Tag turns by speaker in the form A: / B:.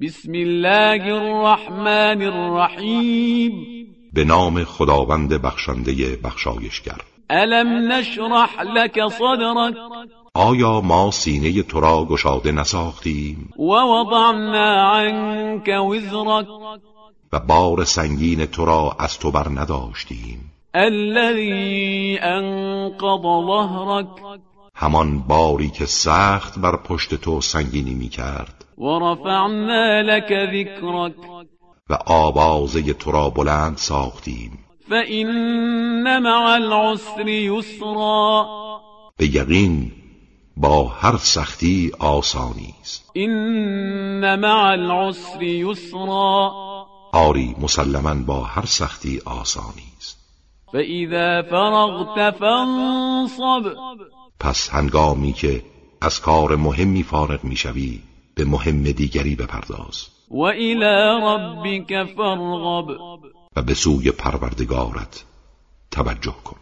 A: بسم الله الرحمن الرحیم
B: به نام خداوند بخشنده بخشایشگر
A: الم نشرح لك صدرك
B: آیا ما سینه تو را گشاده نساختیم
A: ووضعنا عنك وزرك
B: و بار سنگین تو را از تو بر نداشتیم
A: الذي انقض ظهرك
B: همان باری که سخت بر پشت تو سنگینی می کرد
A: ورفعنا لك ذكرك
B: و آوازه تو را بلند ساختیم
A: فإن مع العسر يسرا
B: به یقین با هر سختی آسانی است
A: إن مع العسر يسرا
B: آری مسلما با هر سختی آسانی است
A: فإذا فرغت فانصب
B: پس هنگامی که از کار مهمی فارغ می شوی به مهم دیگری بپرداز
A: وإلى ربك فارغب
B: و به سوی پروردگارت توجه کن